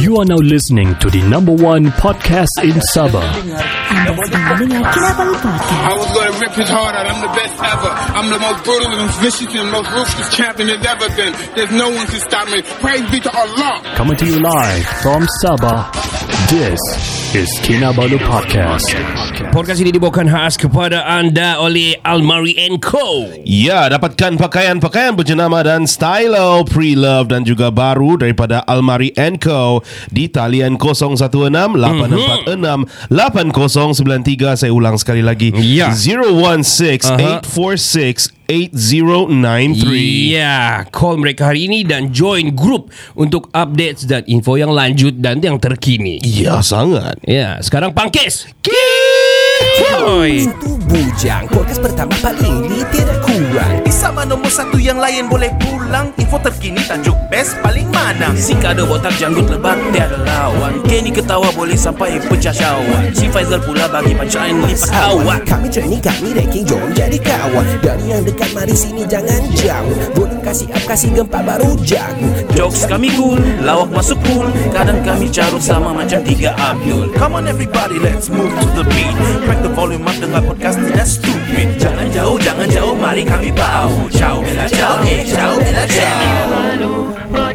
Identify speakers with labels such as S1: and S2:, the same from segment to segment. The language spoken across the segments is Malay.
S1: You are now listening to the number one podcast in Sabah.
S2: And it's Maling at Kinabalu Podcast.
S3: I was gonna rip his heart out. I'm the best ever. I'm the most brutal and vicious and most ruthless champion there's ever been. There's no one can stop me. Praise be to Allah.
S1: Coming to you live from Sabah, this is Kinabalu Podcast.
S4: Podcast ini dibawakan khas kepada anda oleh Almari Co.
S5: Ya, dapatkan pakaian-pakaian berjenama dan stylo pre-love dan juga baru daripada Almari Co di talian 016 846 8093. Saya ulang sekali lagi.
S4: Mhm. Ya.
S5: 016 846 8093.
S4: Ya, call mereka hari ini dan join grup untuk updates dan info yang lanjut dan yang terkini.
S5: Ya, sangat.
S4: Ya, sekarang pangkis. Kioi.
S6: Itu bujang Podcast pertama paling ini tidak kurang
S7: Di sama nombor satu yang lain boleh pulang Info terkini tajuk best paling mana Si kada botak janggut lebat tiada lawan Kenny ketawa boleh sampai pecah syawak Si Faizal pula bagi pancaan lipat
S6: Awak
S7: awak
S6: Kami training, kami ranking Jom jadi kawan Dari yang dekat, mari sini jangan jauh Volume kasih up, kasih gempa baru jago
S7: Jokes kami cool, lawak masuk pool Kadang kami carut sama macam tiga Abdul Come on everybody, let's move to the beat Crack the volume up dengar podcast tidak stupid Jangan jauh, jangan jauh, mari kami bau Ciao, bella ciao, eh ciao, bella ciao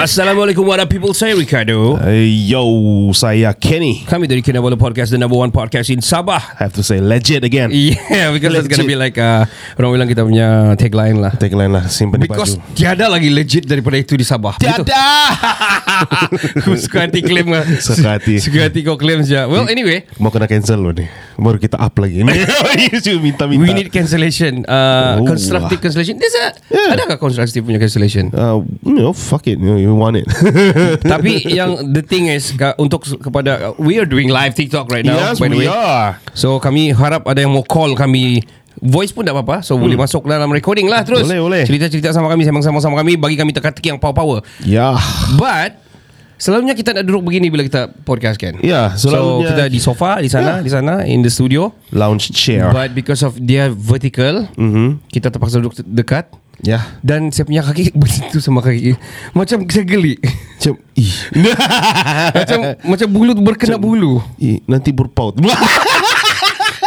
S4: Assalamualaikum warahmatullahi people. Saya Ricardo.
S5: Eh, Yo, saya Kenny.
S4: Kami dari Kinabalu Podcast, the number one podcast in Sabah.
S5: I have to say legit again.
S4: Yeah, because that's gonna be like uh, orang bilang kita punya tagline lah.
S5: Tagline lah, simpan di
S4: Because
S5: baju.
S4: tiada lagi legit daripada itu di Sabah. Begitu. Aku suka hati claim kan
S5: Suka hati.
S4: Suka hati kau claim saja Well anyway
S5: Mau kena cancel loh nih. Baru kita up lagi. You minta-minta.
S4: We need cancellation uh,
S5: Oh.
S4: Constructive cancellation There's a,
S5: Yeah.
S4: Adakah constructive punya cancellation
S5: Uh, you know, fuck it. You, you want it.
S4: Tapi yang The thing is ka- Untuk s- kepada We are doing live TikTok right now by the way.
S5: are.
S4: So kami harap Ada yang mau call kami Voice pun tak apa-apa So boleh masuk dalam recording lah terus
S5: Hmm. Boleh, boleh.
S4: Cerita-cerita sama kami Sembang sama-sama kami Bagi kami teka-teki yang power-power
S5: Ya.
S4: But Selalunya kita nak duduk begini Bila kita podcast kan
S5: Ya,
S4: So
S5: selalunya-
S4: kita di sofa Di
S5: Ya.
S4: sana Di sana In the studio
S5: Lounge chair.
S4: But because of dia vertical,
S5: Mhm.
S4: mm-hmm. kita terpaksa duduk dekat
S5: ya.
S4: dan saya punya kaki begitu sama kaki. Macam saya geli.
S5: Macam, ih,
S4: macam macam bulu tu berkena bulu.
S5: ih, nanti berpaut.
S4: Ya,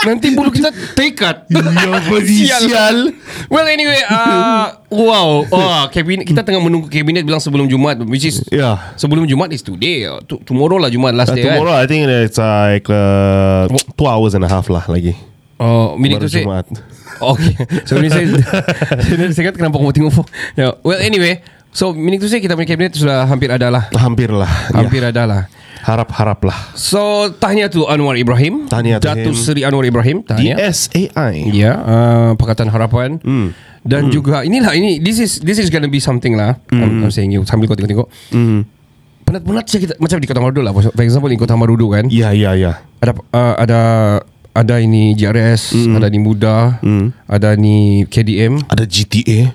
S4: Nanti bulu kita tekat.
S5: Ya, apa sih, sial.
S4: Well anyway, uh, wow. Oh, kabinet kita tengah menunggu kabinet bilang sebelum Jumaat which is
S5: Ya.
S4: sebelum Jumaat is today. Tu- Tomorrow lah Jumaat last
S5: Uh,
S4: day.
S5: tomorrow, I
S4: Kan?
S5: think it's like uh, two hours and a half lah lagi.
S4: Oh, meaning
S5: Baru
S4: to say
S5: Jumaat.
S4: Oh, Okay So ni saya Saya dah cakap kenapa kamu tengok no. Well anyway So meaning to say Kita punya kabinet Sudah hampir ada lah
S5: Hampir lah.
S4: Hampir
S5: Ya.
S4: ada lah
S5: Harap-harap lah.
S4: So tahniah tu Anwar Ibrahim
S5: Tahniah to
S4: Datuk
S5: him.
S4: Seri Anwar Ibrahim Tahniah
S5: DSAI.
S4: Ah, Ya uh, Pakatan Harapan
S5: Hmm.
S4: Dan juga Inilah ini This is this is gonna be something lah
S5: Hmm.
S4: I'm, I'm saying you Sambil kau tengok-tengok Penat-penat saya kita Macam di Kota Marudu lah For example di Kota Marudu kan
S5: Ya, ya, ya.
S4: ada uh, ada ada ini JRS,
S5: Mm.
S4: ada ni Muda, ada ni KDM.
S5: Ada GTA.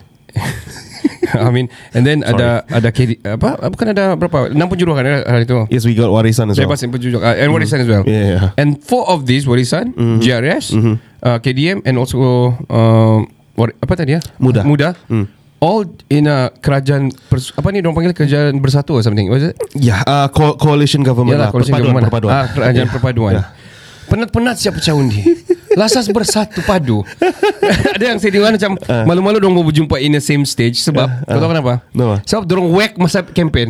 S4: I mean And then ada Ada KD, apa Bukan ada berapa Enam penjuru kan eh, hari itu
S5: Yes, we got warisan as well.
S4: Bebas yang penjuru uh, And Warisan as well
S5: Yeah, yeah. Mm. Mm-hmm.
S4: And four of these Warisan GRS uh, KDM And also uh, war, Apa tadi ya
S5: Muda. Mm.
S4: Muda All in a kerajaan pers- apa ni orang panggil kerajaan bersatu or something. Was it?
S5: Ya, uh, co- coalition government
S4: Yalah,
S5: lah.
S4: coalition
S5: perpaduan,
S4: government lah.
S5: perpaduan.
S4: Ah, kerajaan
S5: Ya.
S4: perpaduan.
S5: Ya.
S4: Penat-penat siapa pecah undi. Lasas bersatu padu. Ada yang saya dengar macam malu-malu dong mau berjumpa in the same stage sebab uh, kau tahu kenapa?
S5: Kenapa?
S4: Sebab dorong whack masa campaign.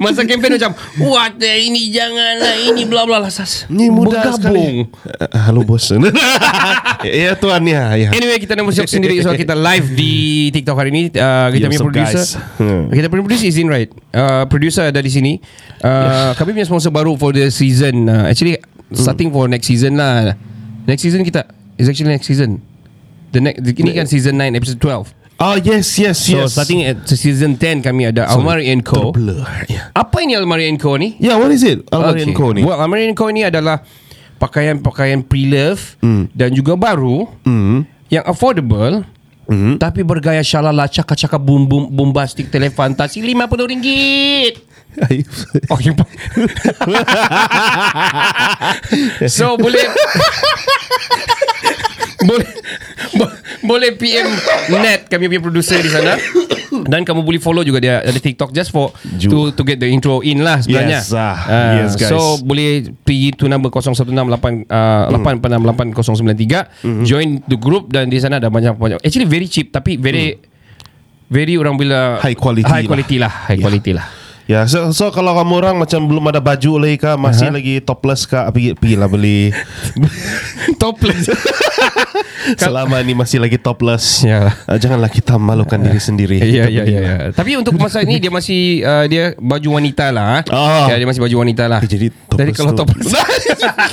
S4: masa campaign macam wah teh, ini janganlah ini bla bla lasas.
S5: Ni mudah sekali.
S4: Bergabung.
S5: Eh, Halo bos. ya tuan ya. ya.
S4: Anyway kita nak bersiap sendiri Soal kita live di TikTok hari ini uh, Kita
S5: Yeah,
S4: punya
S5: so
S4: producer
S5: guys. Hmm.
S4: Kita punya producer is in right uh, Producer ada di sini uh, Kami punya sponsor baru For the season uh, Actually
S5: Hmm.
S4: Starting for next season lah Next season kita Is actually next season The next Ini kan season 9 episode 12
S5: Oh yes yes
S4: So
S5: yes.
S4: starting at season 10 Kami ada Almari and Co
S5: Terblur. ya. Yeah.
S4: Apa ini Almari and Co ni?
S5: yeah, what is it? Almari okay. Co ni.
S4: Well, American Co ni adalah pakaian-pakaian pre-love dan juga baru yang affordable tapi bergaya syalala cakap-cakap bum bum bombastik telefantasi RM50. Oh, you... so boleh boleh bo- boleh PM Net kami punya producer di sana dan kamu boleh follow juga dia ada TikTok just for to
S5: Ju-
S4: to get the intro in lah sebenarnya.
S5: Yes, ah.
S4: Ah,
S5: Yes, guys. Hmm.
S4: So boleh pergi to number 0168 uh, 8688093 join the group dan di sana ada banyak-banyak. Actually very cheap tapi very very orang bila
S5: Hmm. High quality
S4: high
S5: lah.
S4: quality lah, high
S5: Yeah.
S4: quality lah.
S5: Ya, so, so kalau kamu orang macam belum ada baju lagi kah,
S4: Uh-huh.
S5: masih lagi topless kah, pergi pergilah beli.
S4: Topless.
S5: Selama ni masih lagi topless.
S4: Ya.
S5: Ah, janganlah kita malukan diri sendiri.
S4: Ya
S5: Kita
S4: ya
S5: beli
S4: ya.
S5: lah.
S4: ya. Tapi untuk masa ini dia masih uh, dia baju wanita lah.
S5: Ah.
S4: Ya, dia masih baju wanita lah.
S5: Eh, jadi topless
S4: Jadi kalau
S5: tu.
S4: topless.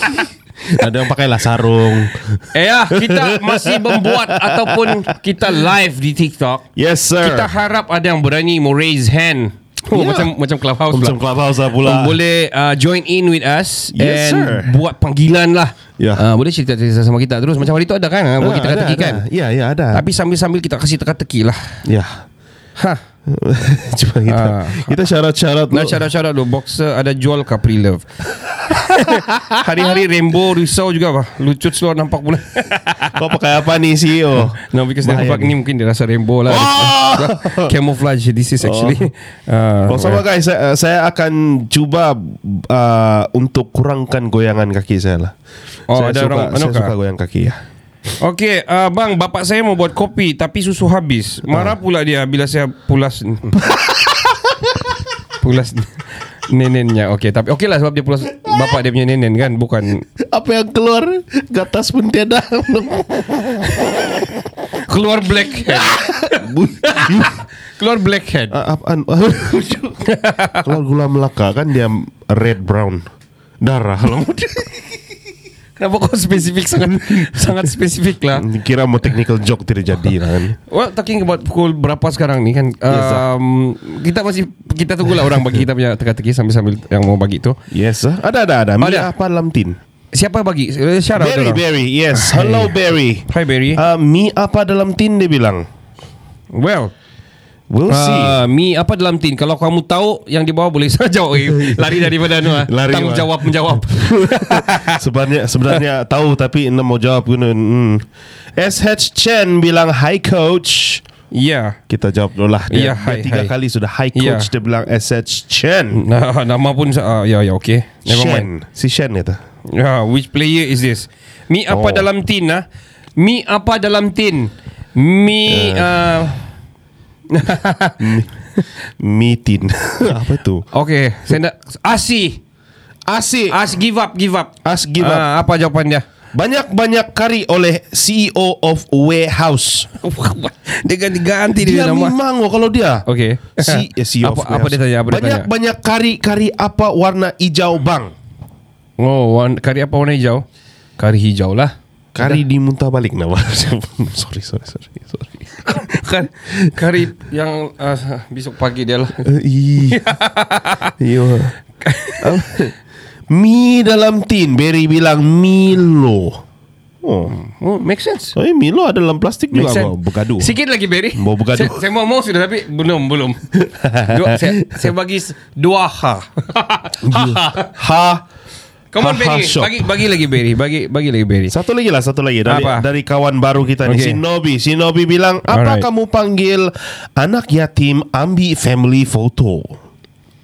S5: Ada yang pakailah sarung.
S4: eh ya, kita masih membuat ataupun kita live di TikTok.
S5: Yes sir.
S4: Kita harap ada yang berani mau raise hand. Oh,
S5: Ya.
S4: macam macam clubhouse
S5: macam
S4: pula.
S5: clubhouse lah pula.
S4: Boleh uh, join in with us
S5: Yes,
S4: and
S5: sir.
S4: buat panggilan lah.
S5: Ya.
S4: Uh, boleh cerita-cerita sama kita terus. Macam hari tu ada kan? Ah, buat kita teka-teki kan?
S5: Ya, ya ada.
S4: Tapi sambil-sambil kita kasih teka-teki lah.
S5: ya.
S4: Hah.
S5: Cuma kita
S4: Ah.
S5: kita syarat-syarat
S4: Nah, syarat-syarat tu Boxer ada jual Capri Love Hari-hari rainbow Risau juga bah. Lucut seluar nampak pula
S5: Kau pakai apa nih CEO?
S4: No because dia
S5: Bahaya
S4: nampak
S5: ni.
S4: ni Mungkin dia rasa rainbow lah
S5: Oh!
S4: Camouflage This is actually uh,
S5: Oh, sama guys, saya, saya akan cuba uh, untuk kurangkan goyangan kaki saya lah.
S4: Oh,
S5: saya
S4: ada
S5: suka,
S4: orang-
S5: saya
S4: anu kah?
S5: suka goyang kaki ya.
S4: Okay uh, Bang bapak saya mau buat kopi Tapi susu habis
S5: Ah.
S4: Marah pula dia Bila saya pulas Pulas Nenennya Okay tapi Okay lah sebab dia pulas Bapak dia punya nenen kan Bukan
S5: Apa yang keluar? Gatas pun tiada.
S4: Keluar blackhead Keluar blackhead
S5: Ah, Apaan? keluar gula melaka kan dia red brown. Darah lah. Alamak.
S4: Kenapa kau spesifik sangat sangat spesifik lah.
S5: Kira mau technical joke tidak jadi lah kan.
S4: Well, talking about pukul berapa sekarang ni kan? Um, kita masih kita tunggulah orang bagi kita punya teka-teki sambil-sambil yang mau bagi tu.
S5: Yes, ah. ada ada ada. Mie
S4: Oh, Ada.
S5: apa lamtin?
S4: Siapa bagi? Eh, Shout out
S5: Berry,
S4: orang.
S5: Berry,
S4: Ah,
S5: yes. Hello Berry.
S4: Hi Barry.
S5: Uh, mie apa dalam tin dia bilang?
S4: well,
S5: We'll see.
S4: uh, mi apa dalam tin? Kalau kamu tahu yang di bawah boleh saja eh. lari daripada nu. ah.
S5: Lari, Wan.
S4: Tanggung jawab menjawab.
S5: sebenarnya sebenarnya tahu tapi enam mau jawab guna. Hmm. SH Chen bilang hi coach.
S4: Ya.
S5: Kita jawab dulu lah. Dia, dia
S4: Ya, hi,
S5: tiga
S4: hi.
S5: kali sudah hi
S4: Ya.
S5: coach dia bilang SH Chen.
S4: Nah, nama pun uh, ya ya okey. Never mind.
S5: Shen. Si Shen itu.
S4: Yeah, which player is this? Mi apa
S5: Oh.
S4: dalam tin ah? Mi apa dalam tin? Mi
S5: Eh.
S4: uh.
S5: Mitin. apa itu?
S4: okay, saya nak Asi.
S5: Asik.
S4: As give up, give up.
S5: As give up.
S4: Ah, apa jawapan dia?
S5: Banyak-banyak kari oleh CEO of Warehouse.
S4: dia ganti ganti
S5: Dia memang oh, kalau dia.
S4: Okay.
S5: Si, eh, CEO of
S4: apa, apa
S5: Warehouse.
S4: dia tanya? Apa dia tanya?
S5: Banyak-banyak kari-kari apa warna hijau bang?
S4: Oh, warna, kari apa warna hijau? Kari hijau lah.
S5: Kari dimuntah balik nama. sorry, sorry, sorry, sorry.
S4: Kan kari yang uh, besok pagi dia lah.
S5: Eh, ih. Yo. Apa? Mi dalam tin Berry bilang Milo Oh
S4: Oh, make sense.
S5: Eh Milo ada dalam plastik
S4: Make
S5: juga
S4: sense.
S5: Abang. Bergaduh
S4: Sikit lagi Barry.
S5: Mau bergaduh.
S4: Saya, saya mau mau sudah tapi belum belum. dua, saya, saya bagi s- dua ha.
S5: Ha
S4: Come
S5: Ha, ha,
S4: on Barry,
S5: shop.
S4: bagi bagi lagi Barry, bagi bagi lagi Barry.
S5: Satu lagi lah Satu lagi Dari,
S4: Apa?
S5: dari kawan baru kita ni
S4: Okay.
S5: Sinobi Sinobi bilang Apa
S4: Alright.
S5: kamu panggil Anak yatim Ambi family photo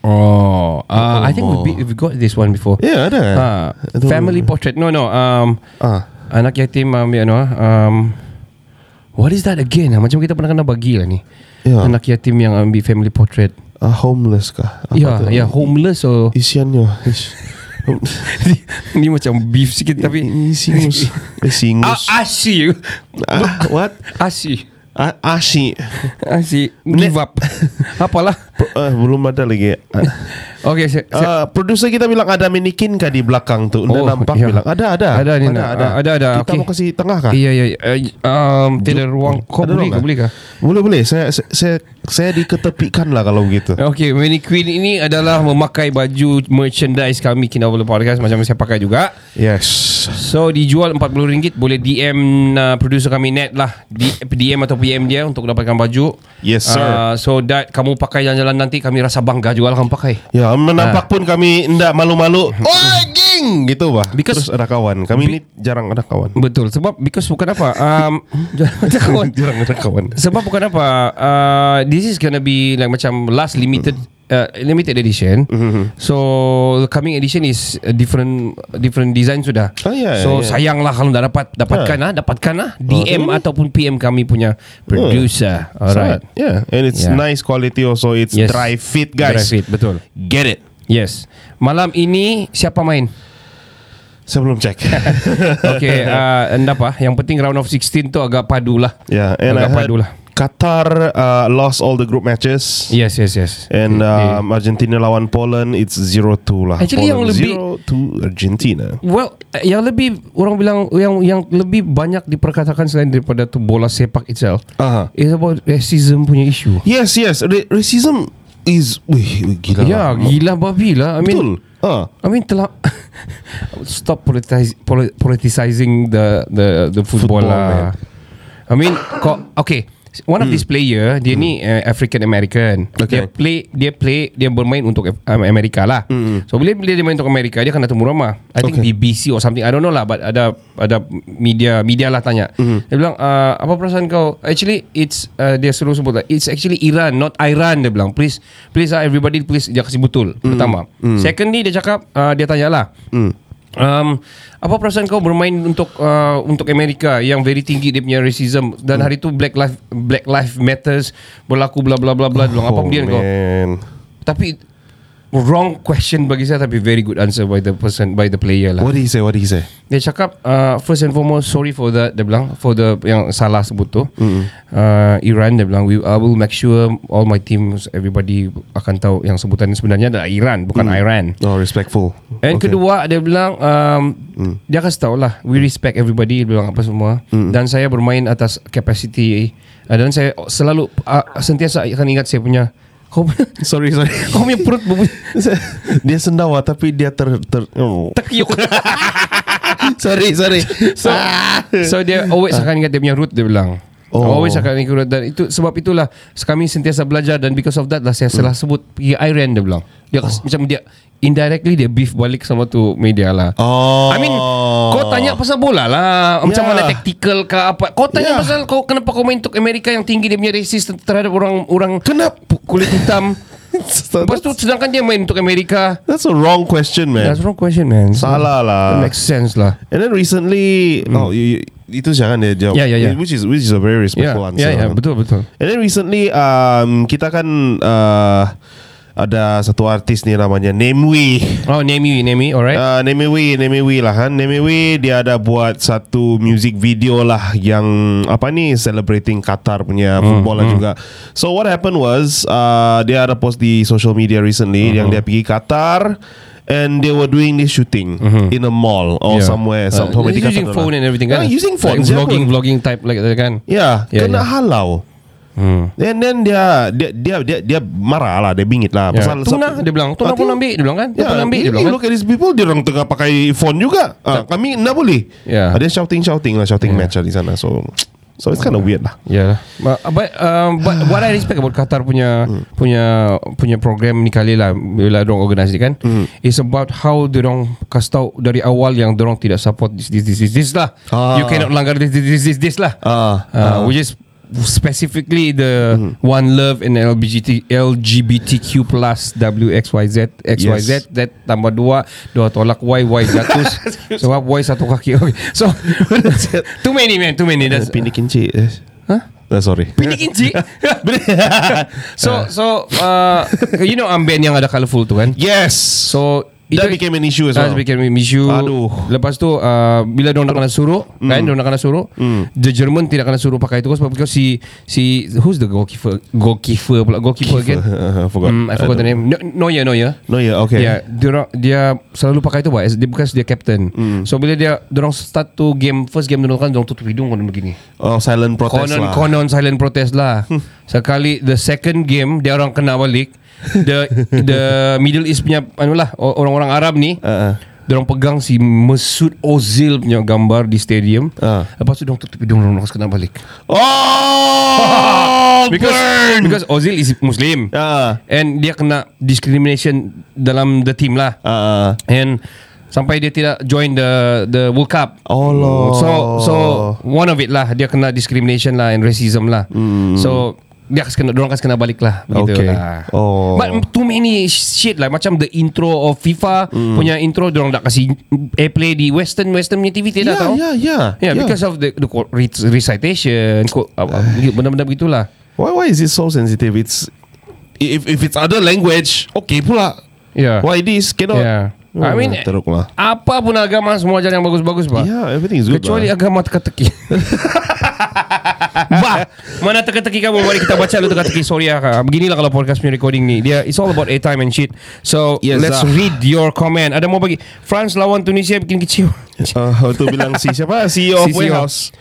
S4: Oh, uh, I think we, we got this one before.
S5: Ya yeah, ada kan?
S4: Ah,
S5: Itu-
S4: family portrait. No no. Um,
S5: Ah.
S4: anak yatim um, you know, um, what is that again? Macam kita pernah kena bagi lah ni.
S5: Ya.
S4: Anak yatim yang ambil family portrait.
S5: Ah, Homeless kah Apa
S4: Ya,
S5: tu?
S4: ya homeless or
S5: Isiannya is-
S4: ni macam beef sikit tapi
S5: Ini singus Eh, Singus
S4: Ah, asi.
S5: Ah, What
S4: Asi.
S5: A- Asyik
S4: Asi give up. Apalah.
S5: Pro- eh, Belum ada lagi
S4: Okay, saya, saya,
S5: uh, Produser kita bilang Ada minikin kah di belakang tu Dah
S4: Oh,
S5: nampak
S4: ya.
S5: bilang Ada ada
S4: Ada ni
S5: ada,
S4: nak.
S5: ada.
S4: Ah, ada, ada.
S5: Kita
S4: Okey.
S5: mau kasih tengah kah
S4: Iya, iya. iya. Uh, um, tidak ada ruang. Kau
S5: Ada ruang
S4: boleh ke? Boleh ke?
S5: Boleh boleh Saya saya, saya, saya diketepikan lah kalau begitu
S4: Okay, Queen ini adalah memakai baju merchandise kami Kinabalu Podcast macam saya pakai juga.
S5: Yes
S4: So dijual RM40 boleh DM uh, producer kami Net lah. D- DM atau PM dia untuk dapatkan baju.
S5: Yes, sir.
S4: Ah. so that kamu pakai jalan-jalan Malah nanti kami rasa bangga juga lah kami pakai
S5: Ya,
S4: Ah.
S5: menampak pun kami tidak malu-malu. Oi, geng gitu bah.
S4: Because-
S5: Terus ada kawan. Kami ini jarang ada kawan.
S4: Betul Sebab Because bukan apa um,
S5: jarang ada kawan.
S4: Sebab bukan apa uh, This is gonna be Like macam Last limited uh, Limited edition
S5: Mm-hmm.
S4: So The coming edition is a Different Different design sudah
S5: Ah, ya, ya,
S4: So
S5: ya.
S4: sayanglah Kalau tak dapat Dapatkan lah Dapatkan lah
S5: Oh,
S4: DM ataupun PM kami punya Producer Alright
S5: Sangat. Yeah, and it's
S4: Yeah.
S5: nice quality also. It's
S4: Yes.
S5: dry fit, guys.
S4: Dry fit, betul.
S5: Get it.
S4: Yes Malam ini Siapa main?
S5: Sebelum cek.
S4: Okay uh, Anda apa Yang penting round of 16 tu Agak padu lah
S5: yeah, and I
S4: Agak
S5: heard
S4: padu lah
S5: Qatar uh, lost all the group matches.
S4: Yes yes yes
S5: And
S4: Okay.
S5: um, Argentina lawan Poland It's 0-2 lah
S4: Actually, yang
S5: Poland
S4: lebih-
S5: 0-2 Argentina
S4: Well, eh, yang lebih orang bilang yang yang lebih banyak diperkatakan selain daripada tu bola sepak itself
S5: Aha.
S4: is about racism punya issue.
S5: Uh-huh. Yes yes Ra- Racism is Wih wih, gila
S4: Ya,
S5: lah.
S4: gila babi lah. I mean,
S5: Betul Ah,
S4: I mean telah stop politize, poli- politicizing the the the football,
S5: Football, Hmm.
S4: lah. I mean, kok okay. One of this player dia ni uh, African American. Dia
S5: Okay.
S4: play dia play dia bermain untuk Af- um, Amerika lah. So bila bila dia main untuk Amerika dia akan datang rumah. I think
S5: Hmm. Okay.
S4: BBC or something. I don't know lah but ada ada media media lah tanya. Dia bilang uh, apa perasaan kau? Actually it's uh, dia suruh sebut lah. It's actually Iran not Iran dia bilang. Please please uh, everybody please dia kasih betul. Pertama. Secondly dia cakap uh, dia tanya lah. Um, apa perasaan kau bermain untuk uh, untuk Amerika yang very tinggi dia punya racism dan hari tu Black Life Black Life Matters berlaku bla bla bla bla oh, apa kemudian kau
S5: man.
S4: tapi wrong question bagi saya tapi very good answer by the person by the player lah
S5: What did he say What did he say
S4: dia cakap uh, first and foremost sorry for that dia bilang for the yang salah sebut tu uh, Iran dia bilang we, I will make sure all my teams everybody akan tahu yang sebutan sebenarnya adalah Iran bukan Iran
S5: Oh respectful
S4: And okay. kedua dia bilang um, dia kasih tahu lah we respect everybody dia bilang apa semua dan saya bermain atas capacity uh, dan saya selalu uh, sentiasa akan ingat saya punya kau punya-
S5: Sorry sorry
S4: kau punya perut berbunyi
S5: Dia sendawa Tapi dia ter, ter oh.
S4: tekyuk
S5: Sorry sorry
S4: So, so dia always akan ingat dia punya root dia bilang. Oh.
S5: Ah. Oh.
S4: Always akan ingat root dan itu sebab itulah kami sentiasa belajar dan because of that lah saya salah
S5: Hmm.
S4: sebut pergi Iran dia bilang. Dia
S5: Oh.
S4: kas- macam dia indirectly dia beef balik sama tu media lah.
S5: Oh Ya.
S4: I mean kau tanya pasal bola lah Macam
S5: Yeah.
S4: mana tactical ke apa Kau tanya
S5: Yeah.
S4: pasal kau Kenapa kau main untuk Amerika yang tinggi Dia punya resist terhadap orang orang
S5: Kenapa?
S4: Kulit hitam
S5: So
S4: Lepas tu
S5: that's,
S4: sedangkan dia main untuk Amerika
S5: that's a wrong question man
S4: That's wrong question man
S5: Eh. Salah lah
S4: That makes sense lah Hmm.
S5: And then recently, oh, you, you- itu jangan dia jawab.
S4: Yeah, yeah, yeah.
S5: Which is which is a very
S4: Ya,
S5: respectful
S4: yeah,
S5: answer. kan.
S4: yeah, yeah, betul betul.
S5: And then recently, um, kita kan uh, ada satu artis ni namanya Namewee.
S4: Oh, name you, name you, alright.
S5: Uh, Namewee, Namewee lah kan. Namewee dia ada buat satu music video lah yang apa ni celebrating Qatar punya
S4: Hmm,
S5: football lah juga. So what happened was uh, dia ada post di social media recently
S4: Hmm.
S5: yang dia pergi Qatar. And they were doing this shooting in a mall or
S4: Hmm. Yeah.
S5: somewhere. some-
S4: Uh,
S5: somewhere di
S4: he's using
S5: Qatar
S4: phone
S5: lah.
S4: and everything kan?
S5: Yeah, using phone.
S4: Like
S5: siapa-
S4: vlogging, vlogging type like that kan?
S5: Ya, yeah,
S4: Ya,
S5: kena
S4: ya.
S5: halau. Hmm. And then dia dia dia dia, dia marah lah, dia bingit lah.
S4: Yeah. Tunang, dia bilang. Tunang
S5: Ah,
S4: pun
S5: tu-
S4: ambil, dia bilang kan? Tunang
S5: Ya,
S4: pun ambil, dia
S5: you-
S4: bilang
S5: you
S4: kan?
S5: Look at these people, dia orang tengah pakai phone juga. Ah, kami nak boleh.
S4: Ya.
S5: Ah, Dia shouting shouting lah, shouting match lah di sana. So so it's kind of weird lah.
S4: Yeah. But, but, um, but what I respect about Qatar punya
S5: Hmm.
S4: punya punya program ni kali lah bila dorong organize ni kan
S5: Hmm.
S4: is about how dorong kasih tahu dari awal yang dorong tidak support this this this this, this lah.
S5: Ah.
S4: You cannot langgar this this this this, this lah.
S5: Ah,
S4: Uh, which is specifically the One Love and LGBT LGBTQ plus WXYZ XYZ Z tambah dua dua tolak Y Y jatuh sebab Y satu kaki okay. so too many man too many that's
S5: Pindik kinci. Huh? Ah, eh. sorry.
S4: Pindik inci So so uh, You know armband yang ada colourful tu kan
S5: Yes.
S4: So
S5: That became an issue as
S4: That
S5: well.
S4: became an issue
S5: Aduh. Hmm.
S4: Lepas tu uh, Bila diorang nak kena suruh mm. Kan diorang nak kena suruh mm. The German tidak kena suruh pakai itu Sebab because si si Who's the goalkeeper Goalkeeper pula Goalkeeper again
S5: I forgot.
S4: mm, I forgot the name No, Neuer Neuer
S5: No yeah, okay.
S4: Okay. Yeah, dia dia selalu pakai itu buat dia bukan dia captain.
S5: Hmm.
S4: Mm. So bila dia dorong start tu game first game dorong kan dorong tutup hidung kan begini.
S5: Oh, silent protest lah.
S4: Konon
S5: Hmm.
S4: konon silent protest lah. Sekali the second game dia orang kena balik the the Middle East punya anu lah o- orang-orang Arab ni.
S5: Ah, ah.
S4: Diorang pegang si Mesut Ozil punya gambar di stadium.
S5: Ah.
S4: Lepas tu diorang tutup hidung diorang harus kena balik.
S5: Oh,
S4: Because
S5: burn.
S4: because Ozil is Muslim.
S5: Ah.
S4: And dia kena discrimination dalam the team lah.
S5: Ah.
S4: And sampai dia tidak join the the World Cup.
S5: Oh. Allah.
S4: So so one of it lah dia kena discrimination lah and racism lah. Mm. So dia kasi kena dorong kasi kena balik lah begitu
S5: Hmm. Okay.
S4: lah.
S5: Oh.
S4: But too many shit lah macam the intro of FIFA
S5: Hmm.
S4: mm. punya intro dorong tak kasi airplay di western western punya TV tidak
S5: yeah,
S4: tahu.
S5: yeah, yeah,
S4: Yeah, because of the, the co- re- recitation, co- apa- apa- benda-benda lah. begitulah.
S5: Why why is it so sensitive? It's if if it's other language, okay pula.
S4: Yeah.
S5: Why this cannot?
S4: Ah. Yeah.
S5: Oh,
S4: I mean,
S5: teruk lah.
S4: apa pun agama semua ajar yang bagus-bagus pak.
S5: Yeah, everything is good.
S4: Kecuali
S5: lah.
S4: agama teka-teki Bah Mana teka-teki kamu Mari kita baca dulu teka-teki Sorry ya kak Beginilah kalau podcast punya recording ni Dia It's all about airtime and shit So
S5: Yes,
S4: let's
S5: ah.
S4: read your comment Ada mau bagi France lawan Tunisia bikin kecil
S5: Ah, tu bilang si siapa? CEO of
S4: Si E CEO.
S5: warehouse.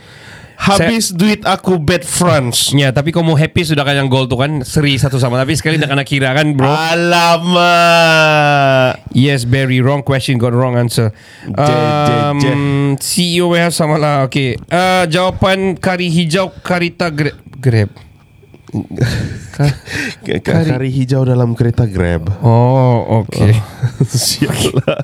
S5: Habis duit aku bet France.
S4: Ya tapi kau mau happy Sudah kan yang gol tu kan Seri satu sama Tapi sekali dah kena kira kan bro
S5: Alamak.
S4: Yes Barry Wrong question Got wrong answer
S5: je,
S4: um,
S5: je.
S4: CEO warehouse sama lah Okay uh, Jawapan Kari hijau Karita Grab Grab
S5: K- k- Kari hijau dalam kereta Grab.
S4: Oh okay
S5: Sial lah.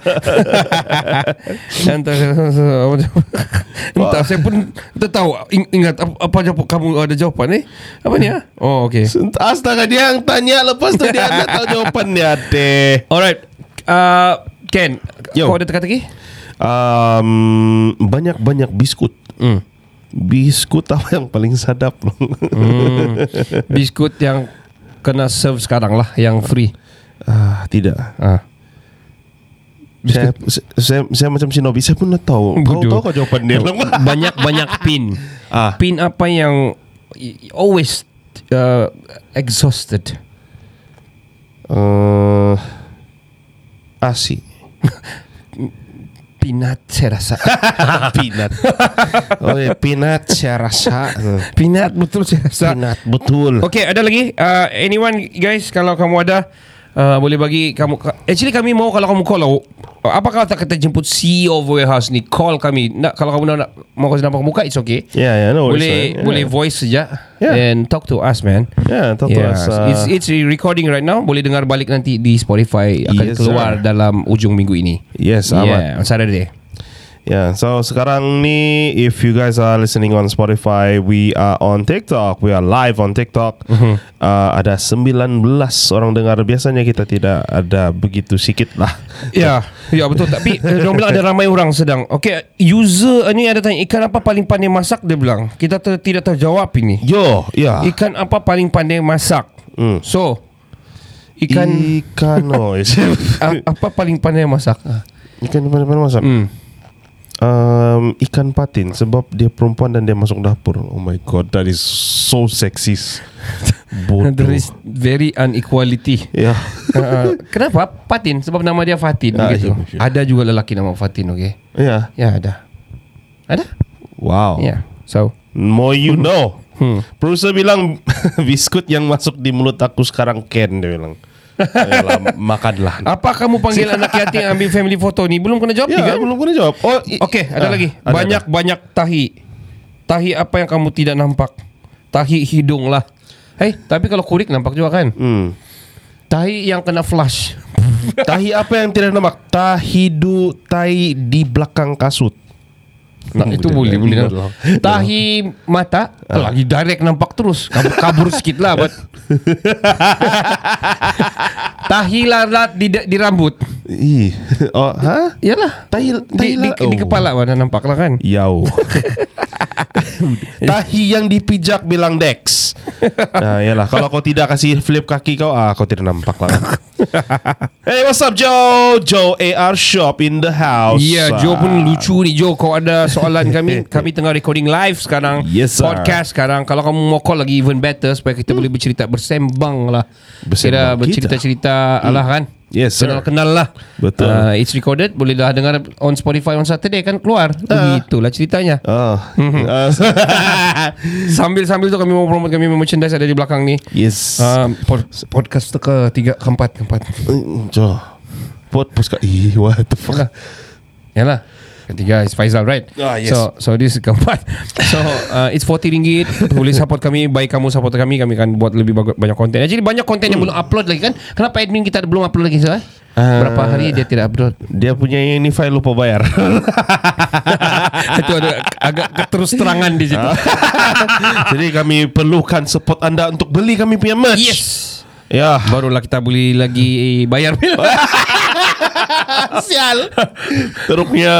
S4: entah, entah saya pun tak tahu Ing- ingat apa, apa jawab kamu ada jawapan eh apa ni ah oh okey
S5: Astaga dia yang tanya lepas tu dia nak tahu jawapannya deh.
S4: alright uh, Ken
S5: Yo.
S4: kau ada teka-teki
S5: Um, banyak-banyak biskut. Mm. Biskut apa yang paling sadap?
S4: Hmm. biskut yang kena serve sekarang lah yang free
S5: ah, tidak.
S4: ah
S5: Saya, saya, saya macam Shinobi Saya pun nak tahu Kau
S4: Bodoh.
S5: tahu kau jawapan dia
S4: banyak-banyak pin
S5: Ah.
S4: pin apa yang i- always uh, exhausted
S5: uh, Asi
S4: pinat saya rasa
S5: Pinat Oh ya Pinat saya rasa
S4: pinat betul saya rasa
S5: Pinat betul
S4: Okay, ada lagi? Uh, anyone guys, kalau kamu ada, uh, boleh bagi kamu. ka- Actually kami mau kalau kamu call, oh, apa kata kita jemput CEO of warehouse ni? Call kami. Nak, kalau kamu nak, nak mau kasih nama muka, it's okay.
S5: Ya ya no worries,
S4: boleh
S5: man.
S4: boleh
S5: yeah.
S4: voice saja
S5: Yeah.
S4: and talk to us man.
S5: Yeah, talk to us, uh,
S4: it's it's recording right now. Boleh dengar balik nanti di Spotify akan
S5: Yes,
S4: keluar
S5: sir.
S4: dalam ujung minggu ini.
S5: Ya. Yes amat
S4: Yeah, on Saturday.
S5: Yeah, so sekarang ni, if you guys are listening on Spotify, we are on TikTok. We are live on TikTok.
S4: Mhm.
S5: Uh, ada 19 orang dengar. Biasanya kita tidak ada begitu sikit lah.
S4: Ya, ya betul. Tapi eh, dia bilang ada ramai orang sedang. Okay, user eh, ni ada tanya ikan apa paling pandai masak dia bilang. Kita ter, tidak terjawab ini.
S5: Yo, ya. Yeah.
S4: Ikan apa paling pandai masak?
S5: Hmm.
S4: So, ikan
S5: Ikan noise.
S4: a- apa paling pandai masak?
S5: Ah. ikan mana-mana masak.
S4: Hmm.
S5: Um, ikan patin sebab dia perempuan dan dia masuk dapur. Oh my god, that is so sexist.
S4: There
S5: Bodoh.
S4: is very inequality.
S5: Ya.
S4: Uh, kenapa? Fatin sebab nama dia Fatin
S5: Ah,
S4: gitu.
S5: iya, iya.
S4: Ada juga lelaki nama Fatin, okey.
S5: Ya.
S4: Ya, ada. Ada?
S5: Wow.
S4: Ya. So,
S5: More you know. Hmm. Producer bilang biskut yang masuk di mulut aku sekarang Ken dia bilang. Ayolah, makanlah.
S4: apa kamu panggil anak yatim ambil family foto ni? Belum kena jawab ni
S5: Ya,
S4: kan?
S5: belum pernah jawab. Oh, i-
S4: Okey, ada
S5: ah,
S4: lagi.
S5: ada, ada.
S4: Banyak-banyak tahi. Tahi apa yang kamu tidak nampak? Tahi hidung lah. Hei, tapi kalau kurik nampak juga kan?
S5: Hmm.
S4: Tahi yang kena flush.
S5: Tahi apa yang tidak nampak? Tahidu tai di belakang kasut. Hmm,
S4: Nah, itu boleh boleh.
S5: lah.
S4: nampak. Tahi mata
S5: Ah.
S4: lagi direct nampak terus. Kabur, kabur sikit lah buat. tahi lalat di di rambut.
S5: Ih. Oh, ha?
S4: Iyalah.
S5: Tahi
S4: Di,
S5: tahi
S4: di,
S5: la-
S4: di
S5: oh.
S4: kepala mana nampak lah kan?
S5: Yau. Tahi yang dipijak bilang Dex. Nah, iyalah Ah, kalau kau tidak kasih flip kaki kau ah kau tidak nampak lah. hey, what's up Joe? Joe AR Shop in the house. Ah.
S4: Ya, yeah, Joe pun lucu ni. Joe, kau ada soalan kami? kami tengah recording live sekarang.
S5: Yes, sir.
S4: Podcast sekarang. Kalau kamu mau call lagi even better supaya kita boleh bercerita bersembang lah.
S5: Bersembang
S4: Kira
S5: kita. Hmm.
S4: bercerita-cerita alah kan?
S5: Yes, sir.
S4: Kenal-kenal lah.
S5: Betul.
S4: Uh, it's recorded. Boleh dah dengar on Spotify on Saturday kan keluar.
S5: Ha.
S4: Begitulah ceritanya.
S5: Oh. Ah.
S4: Sambil-sambil tu kami mau promote kami punya merchandise ada di belakang ni.
S5: yes.
S4: Uh, pod- podcast tu ke tiga, keempat, keempat.
S5: Joe. Pot puska. Ih, what the fuck?
S4: Yalah. Ketiga is Faizal right
S5: Ah, yes.
S4: So so this is keempat So uh, it's 40 ringgit Boleh support kami Baik kamu support kami Kami akan buat lebih bagus, banyak konten Actually banyak konten yang belum upload lagi kan Kenapa admin kita belum upload lagi Zah?
S5: Ah.
S4: Berapa hari dia tidak upload
S5: Dia punya yang ni file lupa bayar.
S4: Itu ada agak keterus terangan di situ
S5: Jadi kami perlukan support anda untuk beli kami punya merch.
S4: Yes
S5: Ya.
S4: Barulah kita boleh lagi bayar bil
S5: Sial. Teruknya.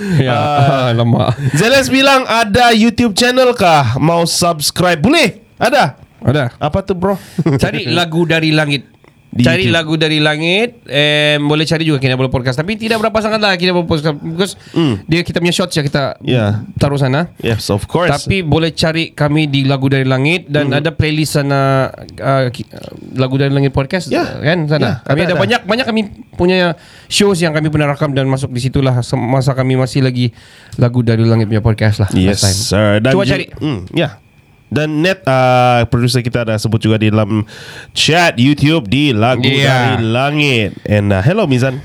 S4: Ya ah, Lama
S5: Zeles bilang ada YouTube channel kah? Mau subscribe? Boleh. Ada.
S4: Ada
S5: Apa tu bro?
S4: Cari lah. lagu dari langit
S5: Di
S4: Cari
S5: YouTube.
S4: lagu dari langit eh, Boleh cari juga Kinabalu Podcast Tapi tidak berapa sangat lah Kinabalu Podcast Because
S5: Hmm.
S4: dia kita punya shots ya Kita
S5: Yeah.
S4: taruh sana
S5: Yes, of course.
S4: Tapi boleh cari kami di Lagu Dari Langit
S5: Hmm.
S4: Dan ada playlist sana uh, ki- uh, Lagu Dari Langit Podcast
S5: Yeah.
S4: uh, Kan
S5: Yeah,
S4: sana Kami
S5: Ya. ada,
S4: ada,
S5: ada.
S4: banyak Banyak kami punya shows Yang kami pernah rakam Dan masuk di situlah Masa kami masih lagi Lagu Dari Langit punya podcast lah
S5: Yes,
S4: last time.
S5: sir. Dan
S4: Cuba
S5: ju-
S4: cari.
S5: Hmm, ya. Yeah. Dan net uh, producer kita ada sebut juga di dalam chat YouTube di lagu
S4: Yeah.
S5: dari langit. And uh, hello Mizan.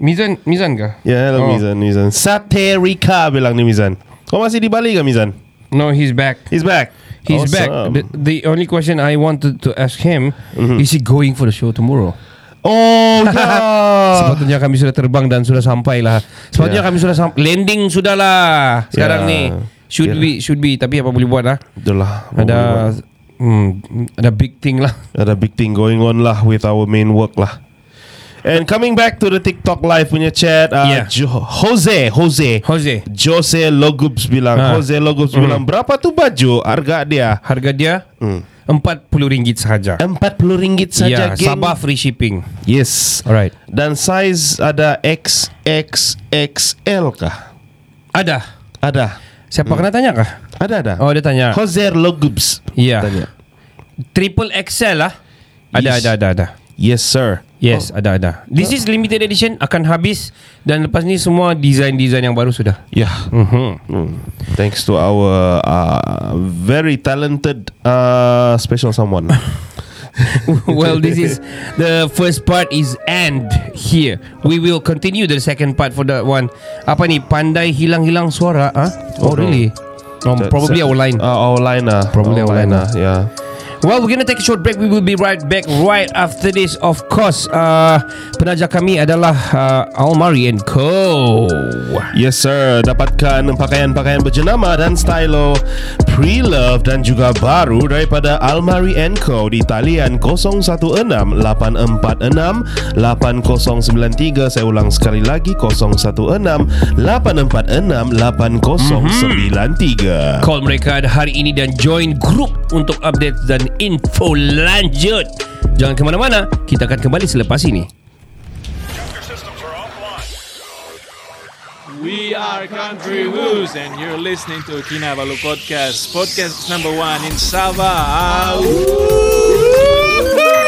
S4: Mizan Mizan kah?
S5: Ya, yeah, hello
S4: Oh.
S5: Mizan, Mizan. Satirika bilang ni Mizan. Kau masih di Bali ke Mizan?
S4: No he's back
S5: He's back.
S4: He's
S5: Awesome.
S4: back. The, the only question I wanted to ask him
S5: Mm-hmm.
S4: is he going for the show tomorrow?
S5: oh, yeah.
S4: Sepatutnya kami sudah terbang dan sudah sampai lah. Sepatutnya
S5: Ah. Yeah.
S4: kami sudah sampai landing sudah lah
S5: Yeah.
S4: sekarang ni. Should
S5: Yeah.
S4: be should be tapi apa boleh buat lah.
S5: Itulah. Oh, ya.
S4: Ada hmm, ada big thing lah.
S5: ada big thing going on lah with our main work lah. And coming back to the TikTok live punya chat, uh,
S4: Yeah.
S5: Jo- Jose, Jose,
S4: Jose.
S5: Jose Logubs bilang,
S4: Ah.
S5: Jose Logubs bilang berapa tu baju harga dia?
S4: Harga dia empat puluh ringgit sahaja.
S5: Empat puluh ringgit Hmm. saja.
S4: Ya,
S5: geng.
S4: Sabah free shipping.
S5: Yes.
S4: Alright.
S5: Dan size ada XXXL kah?
S4: Ada.
S5: Ada.
S4: Siapa
S5: Hmm.
S4: kena tanya kah?
S5: Ada ada.
S4: Oh, dia tanya.
S5: Jose Logubs.
S4: Iya.
S5: Tanya.
S4: Triple XL lah. Ada
S5: Yes.
S4: ada ada ada.
S5: Yes sir.
S4: Yes, oh. ada ada. This is limited edition akan habis dan lepas ni semua design-design yang baru sudah.
S5: Yeah.
S4: Mm-hmm.
S5: Mm. Thanks to our uh, very talented uh, special someone.
S4: well, this is the first part is end here. We will continue the second part for that one. Apa ni pandai hilang-hilang suara ah? Huh? Oh,
S5: Oh, no.
S4: really? Um, probably our line.
S5: Uh, our line. Uh,
S4: Probably our line, uh.
S5: Yeah.
S4: Well, we're gonna take a short break. We will be right back right after this. Of course, uh, penaja kami adalah uh, Almari and Co.
S5: Yes sir, dapatkan pakaian-pakaian berjenama dan stylo pre-love dan juga baru daripada Almari Co di talian 016-846-8093 Saya ulang sekali lagi 016-846-8093
S4: Call mereka ada hari ini dan join grup untuk update dan info lanjut. Jangan ke mana-mana, kita akan kembali selepas ini.
S8: We are Country Woos, and you're listening to Kinabalu Podcast, podcast number one in Sabah. Au!